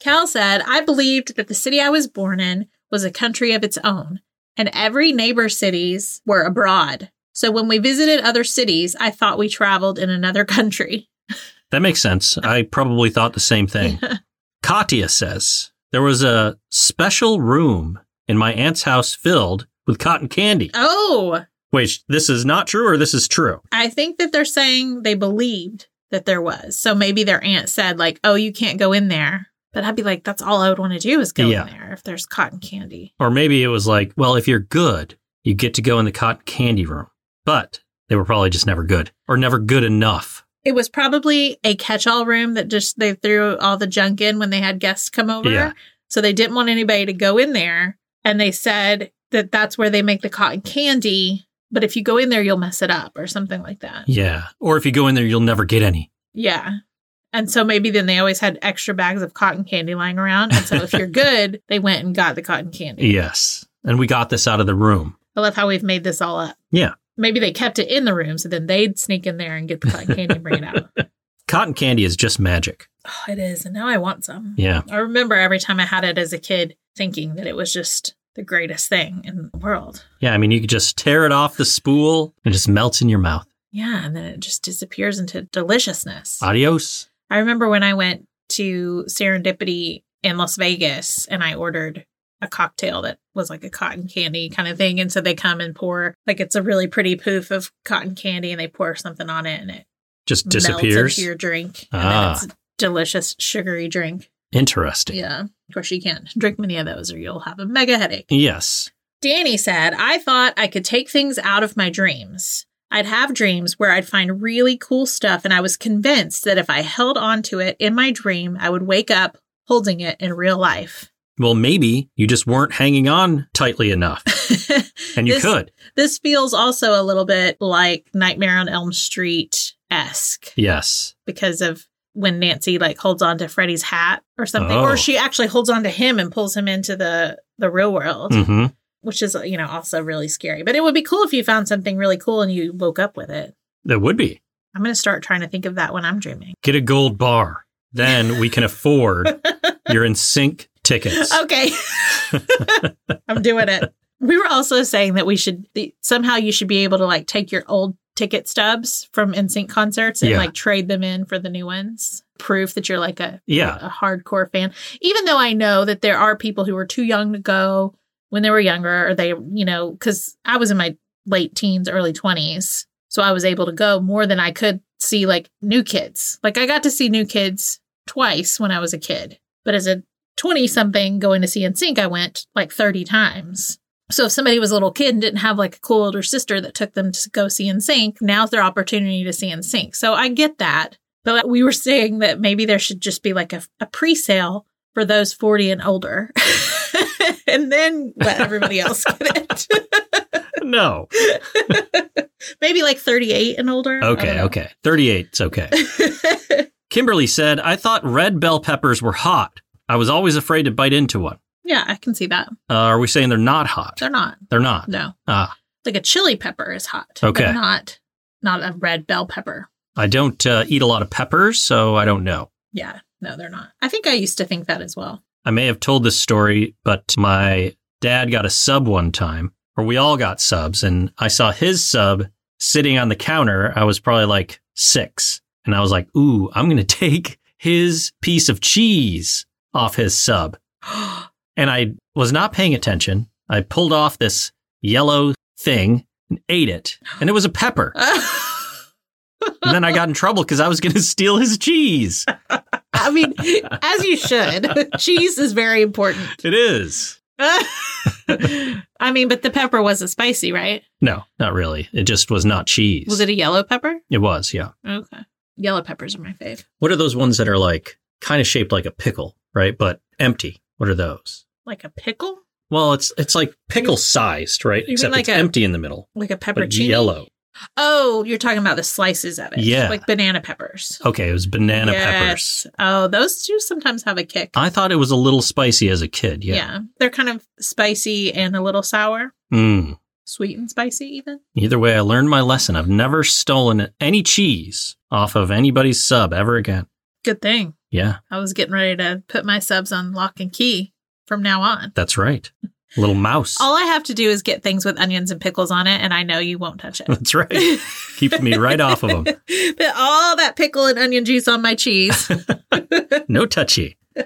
[SPEAKER 1] Cal said, I believed that the city I was born in was a country of its own, and every neighbor cities were abroad. So when we visited other cities, I thought we traveled in another country.
[SPEAKER 2] That makes sense. I probably thought the same thing. Katia says there was a special room in my aunt's house filled with cotton candy.
[SPEAKER 1] oh,
[SPEAKER 2] Wait, this is not true or this is true?
[SPEAKER 1] I think that they're saying they believed that there was. So maybe their aunt said, like, oh, you can't go in there. But I'd be like, that's all I would want to do is go
[SPEAKER 2] Yeah.
[SPEAKER 1] in there if there's cotton candy.
[SPEAKER 2] Or maybe it was like, well, if you're good, you get to go in the cotton candy room. But they were probably just never good or never good enough.
[SPEAKER 1] It was probably a catch-all room that just they threw all the junk in when they had guests come over.
[SPEAKER 2] Yeah.
[SPEAKER 1] So they didn't want anybody to go in there, and they said that that's where they make the cotton candy. But if you go in there, you'll mess it up or something like that.
[SPEAKER 2] Yeah. Or if you go in there, you'll never get any.
[SPEAKER 1] Yeah. And so maybe then they always had extra bags of cotton candy lying around. And so if you're good, they went and got the cotton candy.
[SPEAKER 2] Yes. And we got this out of the room.
[SPEAKER 1] I love how we've made this all up.
[SPEAKER 2] Yeah.
[SPEAKER 1] Maybe they kept it in the room, so then they'd sneak in there and get the cotton candy and bring it out.
[SPEAKER 2] Cotton candy is just magic.
[SPEAKER 1] Oh, it is. And now I want some.
[SPEAKER 2] Yeah.
[SPEAKER 1] I remember every time I had it as a kid thinking that it was just the greatest thing in the world.
[SPEAKER 2] Yeah. I mean, you could just tear it off the spool and just melts in your mouth.
[SPEAKER 1] Yeah, and then it just disappears into deliciousness.
[SPEAKER 2] Adios.
[SPEAKER 1] I remember when I went to Serendipity in Las Vegas and I ordered a cocktail that was like a cotton candy kind of thing. And so they come and pour, like, it's a really pretty poof of cotton candy and they pour something on it and it
[SPEAKER 2] Just
[SPEAKER 1] melts
[SPEAKER 2] disappears.
[SPEAKER 1] into your drink.
[SPEAKER 2] Ah.
[SPEAKER 1] And then it's a delicious, sugary drink.
[SPEAKER 2] Interesting.
[SPEAKER 1] Yeah. Of course, you can't drink many of those or you'll have a mega headache.
[SPEAKER 2] Yes.
[SPEAKER 1] Danny said, I thought I could take things out of my dreams. I'd have dreams where I'd find really cool stuff, and I was convinced that if I held on to it in my dream, I would wake up holding it in real life.
[SPEAKER 2] Well, maybe you just weren't hanging on tightly enough and you
[SPEAKER 1] This-
[SPEAKER 2] could.
[SPEAKER 1] This feels also a little bit like Nightmare on Elm Street esque
[SPEAKER 2] Yes.
[SPEAKER 1] because of when Nancy like holds on to Freddy's hat or something,
[SPEAKER 2] Oh.
[SPEAKER 1] or she actually holds on to him and pulls him into the the real world,
[SPEAKER 2] hmm
[SPEAKER 1] which is you know also really scary. But it would be cool if you found something really cool and you woke up with it.
[SPEAKER 2] That would be.
[SPEAKER 1] I'm going to start trying to think of that when I'm dreaming.
[SPEAKER 2] Get a gold bar. Then we can afford your in sync tickets.
[SPEAKER 1] Okay. I'm doing it. We were also saying that we should the- somehow you should be able to like take your old ticket stubs from NSYNC concerts and
[SPEAKER 2] Yeah.
[SPEAKER 1] like trade them in for the new ones. Proof that you're like a,
[SPEAKER 2] Yeah.
[SPEAKER 1] a hardcore fan. Even though I know that there are people who were too young to go when they were younger or they, you know, cuz I was in my late teens, early 20s. So I was able to go more than I could see like new kids. Like I got to see new kids twice when I was a kid. But as a 20 something going to see NSYNC, I went like 30 times. So if somebody was a little kid and didn't have like a cool older sister that took them to go see NSYNC, now's their opportunity to see NSYNC. So I get that. But we were saying that maybe there should just be like a, a pre sale for those 40 and older. and then let everybody else get
[SPEAKER 2] No.
[SPEAKER 1] it. maybe like 38 and older. I
[SPEAKER 2] Okay,
[SPEAKER 1] don't
[SPEAKER 2] okay. 38's okay.
[SPEAKER 1] know.
[SPEAKER 2] Kimberly said, I thought red bell peppers were hot. I was always afraid to bite into one.
[SPEAKER 1] yeah, I can see that.
[SPEAKER 2] Uh, are we saying they're not hot?
[SPEAKER 1] They're not.
[SPEAKER 2] They're not.
[SPEAKER 1] No.
[SPEAKER 2] Ah,
[SPEAKER 1] Like a chili pepper is hot.
[SPEAKER 2] Okay.
[SPEAKER 1] But not not a red bell pepper.
[SPEAKER 2] I don't uh, eat a lot of peppers, so I don't know.
[SPEAKER 1] Yeah. No, they're not. I think I used to think that as well.
[SPEAKER 2] I may have told this story, but my dad got a sub one time, or we all got subs, and I saw his sub sitting on the counter. I was probably like six, and I was like, ooh, I'm going to take his piece of cheese off his sub. and I was not paying attention. I pulled off this yellow thing and ate it, and it was a pepper. And then I got in trouble because I was going to steal his cheese.
[SPEAKER 1] I mean, as you should. Cheese is very important.
[SPEAKER 2] It is.
[SPEAKER 1] I mean, but the pepper wasn't spicy, right?
[SPEAKER 2] No, not really. It just was not cheese.
[SPEAKER 1] Was it e- a yellow pepper?
[SPEAKER 2] It was, yeah.
[SPEAKER 1] Okay. Yellow peppers are my fave.
[SPEAKER 2] What are those ones that are like kind of shaped like a pickle, right? But empty. What are those?
[SPEAKER 1] Like a pickle?
[SPEAKER 2] Well, it's it's like pickle sized, right?
[SPEAKER 1] mean
[SPEAKER 2] Except
[SPEAKER 1] like
[SPEAKER 2] it's
[SPEAKER 1] a-
[SPEAKER 2] empty in the middle,
[SPEAKER 1] Like a
[SPEAKER 2] but
[SPEAKER 1] peppercini?
[SPEAKER 2] yellow.
[SPEAKER 1] Oh, you're talking about the slices of it.
[SPEAKER 2] Yeah.
[SPEAKER 1] Like banana peppers.
[SPEAKER 2] Okay, it was banana
[SPEAKER 1] Yes.
[SPEAKER 2] peppers.
[SPEAKER 1] Oh, those do sometimes have a kick.
[SPEAKER 2] I thought it was a little spicy as a kid. Yeah.
[SPEAKER 1] They're kind of spicy and a little sour,
[SPEAKER 2] Mm.
[SPEAKER 1] sweet and spicy, even.
[SPEAKER 2] Either way, I learned my lesson. I've never stolen any cheese off of anybody's sub ever again.
[SPEAKER 1] Good thing.
[SPEAKER 2] Yeah,
[SPEAKER 1] I was getting ready to put my subs on lock and key from now on.
[SPEAKER 2] that's right. Little mouse.
[SPEAKER 1] All I have to do is get things with onions and pickles on it, and I know you won't touch it.
[SPEAKER 2] that's right. Keeps me right off of them.
[SPEAKER 1] Put all that pickle and onion juice on my cheese.
[SPEAKER 2] No touchy.
[SPEAKER 1] all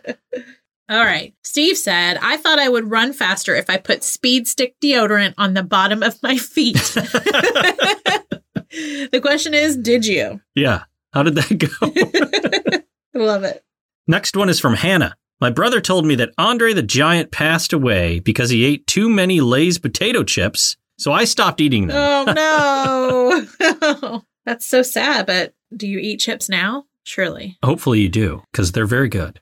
[SPEAKER 1] right. Steve said, I thought I would run faster if I put speed stick deodorant on the bottom of my feet. the question is, did you?
[SPEAKER 2] Yeah. How did that go?
[SPEAKER 1] Love it.
[SPEAKER 2] Next one is from Hannah. My brother told me that Andre the Giant passed away because he ate too many Lay's potato chips, so I stopped eating them.
[SPEAKER 1] Uh. Oh no. That's so sad, but do you eat chips now? Surely.
[SPEAKER 2] Hopefully you do, because they're very good.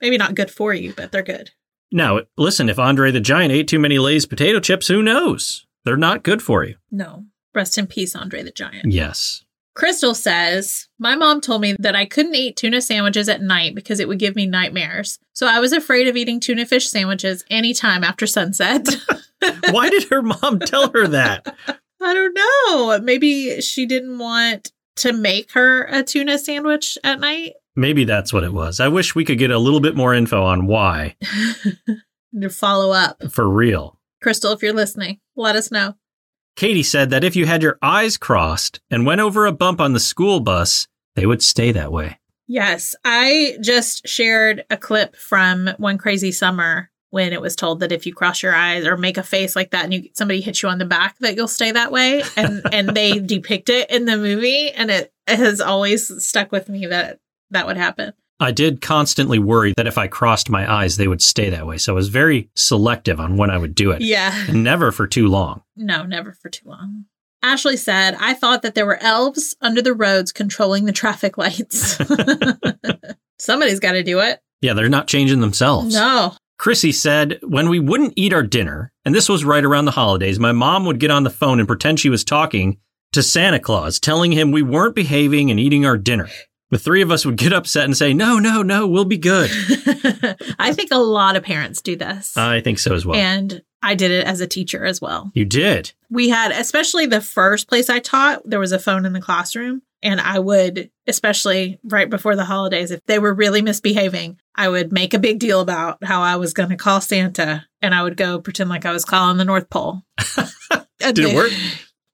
[SPEAKER 1] Maybe not good for you, but they're good.
[SPEAKER 2] Now, listen, if Andre the Giant ate too many Lay's potato chips, who knows? They're not good for you.
[SPEAKER 1] No. Rest in peace, Andre the Giant.
[SPEAKER 2] Yes.
[SPEAKER 1] Crystal says, My mom told me that I couldn't eat tuna sandwiches at night because it would give me nightmares. So I was afraid of eating tuna fish sandwiches anytime after sunset.
[SPEAKER 2] Why did her mom tell her that?
[SPEAKER 1] I don't know. Maybe she didn't want to make her a tuna sandwich at night.
[SPEAKER 2] Maybe that's what it was. I wish we could get a little bit more info on why,
[SPEAKER 1] To follow up.
[SPEAKER 2] for real.
[SPEAKER 1] Crystal, if you're listening, let us know.
[SPEAKER 2] Katie said that if you had your eyes crossed and went over a bump on the school bus, they would stay that way.
[SPEAKER 1] Yes, I just shared a clip from One Crazy Summer when it was told that if you cross your eyes or make a face like that and you somebody hits you on the back that you'll stay that way and and they depict it in the movie and it has always stuck with me that that would happen.
[SPEAKER 2] I did constantly worry that if I crossed my eyes, they would stay that way. So I was very selective on when I would do it.
[SPEAKER 1] Yeah.
[SPEAKER 2] And never for too long.
[SPEAKER 1] No, never for too long. Ashley said, I thought that there were elves under the roads controlling the traffic lights. Somebody's got to do it.
[SPEAKER 2] Yeah, they're not changing themselves.
[SPEAKER 1] No.
[SPEAKER 2] Chrissy said, when we wouldn't eat our dinner, and this was right around the holidays, my mom would get on the phone and pretend she was talking to Santa Claus, telling him we weren't behaving and eating our dinner. The three of us would get upset and say, no, no, no, we'll be good.
[SPEAKER 1] I think a lot of parents do this.
[SPEAKER 2] I think so as well.
[SPEAKER 1] And I did it as a teacher as well.
[SPEAKER 2] you did.
[SPEAKER 1] We had, especially the first place I taught, there was a phone in the classroom. And I would, especially right before the holidays, if they were really misbehaving, I would make a big deal about how I was going to call Santa and I would go pretend like I was calling the North Pole. And
[SPEAKER 2] Did it
[SPEAKER 1] they-
[SPEAKER 2] work?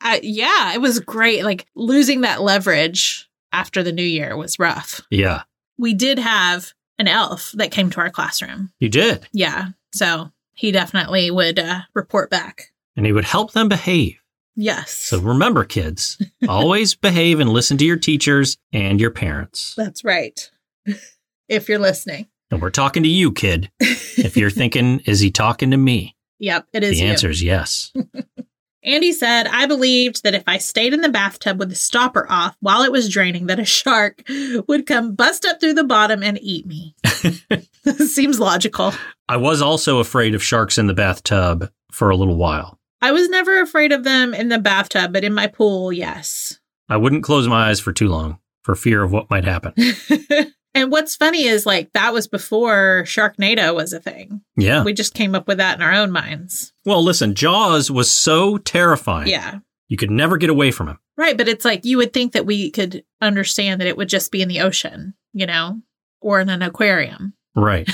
[SPEAKER 1] I, yeah, it was great. Like losing that leverage after the new year was rough.
[SPEAKER 2] Yeah,
[SPEAKER 1] We did have an elf that came to our classroom.
[SPEAKER 2] you did.
[SPEAKER 1] Yeah. So he definitely would uh, report back.
[SPEAKER 2] And he would help them behave.
[SPEAKER 1] Yes.
[SPEAKER 2] So remember, kids, always behave and listen to your teachers and your parents.
[SPEAKER 1] That's right. if you're listening.
[SPEAKER 2] And we're talking to you, kid. If you're thinking, is he talking to me?
[SPEAKER 1] Yep, it is
[SPEAKER 2] the
[SPEAKER 1] you.
[SPEAKER 2] answer is yes.
[SPEAKER 1] Andy said, I believed that if I stayed in the bathtub with the stopper off while it was draining, that a shark would come bust up through the bottom and eat me. Seems logical.
[SPEAKER 2] I was also afraid of sharks in the bathtub for a little while.
[SPEAKER 1] I was never afraid of them in the bathtub, but in my pool, yes.
[SPEAKER 2] I wouldn't close my eyes for too long for fear of what might happen.
[SPEAKER 1] and what's funny is like that was before Sharknado was a thing.
[SPEAKER 2] Yeah.
[SPEAKER 1] We just came up with that in our own minds.
[SPEAKER 2] Well, listen, Jaws was so terrifying.
[SPEAKER 1] Yeah.
[SPEAKER 2] You could never get away from him.
[SPEAKER 1] Right. But it's like you would think that we could understand that it would just be in the ocean, you know, or in an aquarium.
[SPEAKER 2] Right.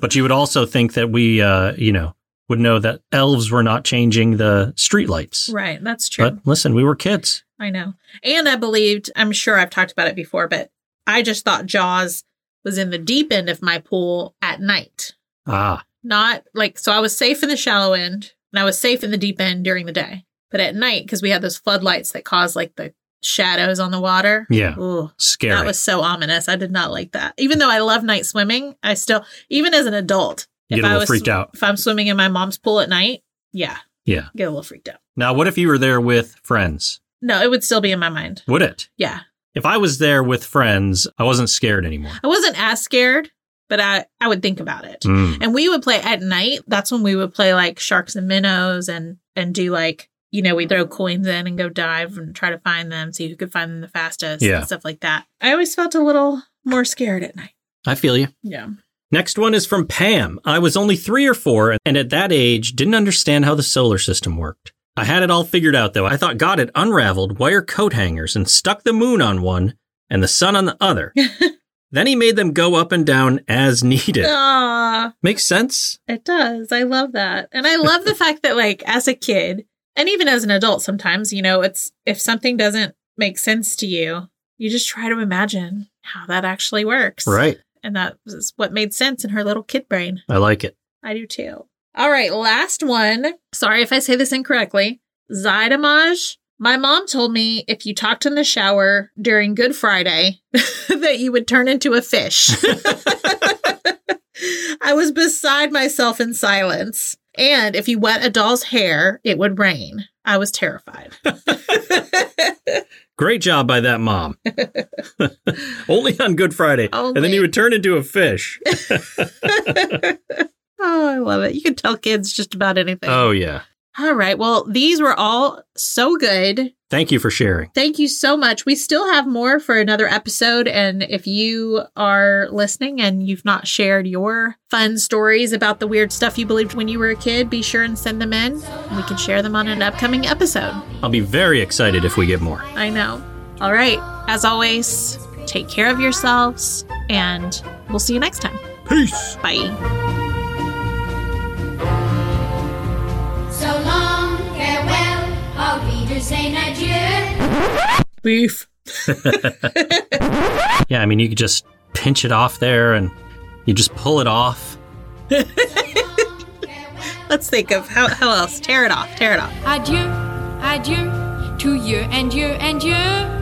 [SPEAKER 2] but you would also think that we, uh, you know, would know that elves were not changing the streetlights.
[SPEAKER 1] Right. That's true.
[SPEAKER 2] But listen, we were kids.
[SPEAKER 1] I know. And I believed, I'm sure I've talked about it before, but I just thought Jaws was in the deep end of my pool at night.
[SPEAKER 2] Ah,
[SPEAKER 1] Not like, so I was safe in the shallow end and I was safe in the deep end during the day. But at night, because we had those floodlights that caused like the shadows on the water.
[SPEAKER 2] Yeah.
[SPEAKER 1] Ooh,
[SPEAKER 2] scary.
[SPEAKER 1] That was so ominous. I did not like that. Even though I love night swimming, I still, even as an adult,
[SPEAKER 2] You get a
[SPEAKER 1] I
[SPEAKER 2] little
[SPEAKER 1] was
[SPEAKER 2] freaked out.
[SPEAKER 1] if I'm swimming in my mom's pool at night, yeah,
[SPEAKER 2] Yeah.
[SPEAKER 1] get a little freaked out.
[SPEAKER 2] Now, what if you were there with friends?
[SPEAKER 1] No, it would still be in my mind.
[SPEAKER 2] Would it?
[SPEAKER 1] Yeah,
[SPEAKER 2] If I was there with friends, I wasn't scared anymore.
[SPEAKER 1] I wasn't as scared, but I I would think about it.
[SPEAKER 2] Mm.
[SPEAKER 1] And we would play at night. That's when we would play like sharks and minnows and and do like you know we throw coins in and go dive and try to find them, see who could find them the fastest,
[SPEAKER 2] Yeah.
[SPEAKER 1] and stuff like that. I always felt a little more scared at night.
[SPEAKER 2] I feel you.
[SPEAKER 1] Yeah.
[SPEAKER 2] Next one is from Pam. I was only three or four, and at that age, didn't understand how the solar system worked. I had it all figured out, though. I thought God had unraveled wire coat hangers and stuck the moon on one and the sun on the other. then he made them go up and down as needed.
[SPEAKER 1] Ah.
[SPEAKER 2] Makes sense?
[SPEAKER 1] It does. I love that. And I love the fact that like as a kid and even as an adult sometimes, you know, it's if something doesn't make sense to you, you just try to imagine how that actually works.
[SPEAKER 2] Right.
[SPEAKER 1] And that was what made sense in her little kid brain.
[SPEAKER 2] I like it.
[SPEAKER 1] I do too. All right, last one. Sorry if I say this incorrectly. Zydamage. My mom told me if you talked in the shower during Good Friday that you would turn into a fish. I was beside myself in silence. And if you wet a doll's hair, it would rain. I was terrified.
[SPEAKER 2] Great job by that mom. Only on Good Friday. And then
[SPEAKER 1] Only.
[SPEAKER 2] he would turn into a fish.
[SPEAKER 1] oh, I love it. You can tell kids just about anything.
[SPEAKER 2] oh, yeah.
[SPEAKER 1] All right. Well, these were all so good.
[SPEAKER 2] Thank you for sharing.
[SPEAKER 1] Thank you so much. We still have more for another episode. And if you are listening and you've not shared your fun stories about the weird stuff you believed when you were a kid, be sure and send them in. We can share them on an upcoming episode.
[SPEAKER 2] I'll be very excited if we get more.
[SPEAKER 1] I know. All right. As always, take care of yourselves, and we'll see you next time.
[SPEAKER 2] Peace.
[SPEAKER 1] Bye.
[SPEAKER 3] So long, farewell, our readers say adieu.
[SPEAKER 1] Beef.
[SPEAKER 2] Yeah, I mean, you could just pinch it off there and you just pull it off.
[SPEAKER 1] Let's think of how, how else. Tear it off. Tear it off.
[SPEAKER 4] adieu, adieu, to you and you and you.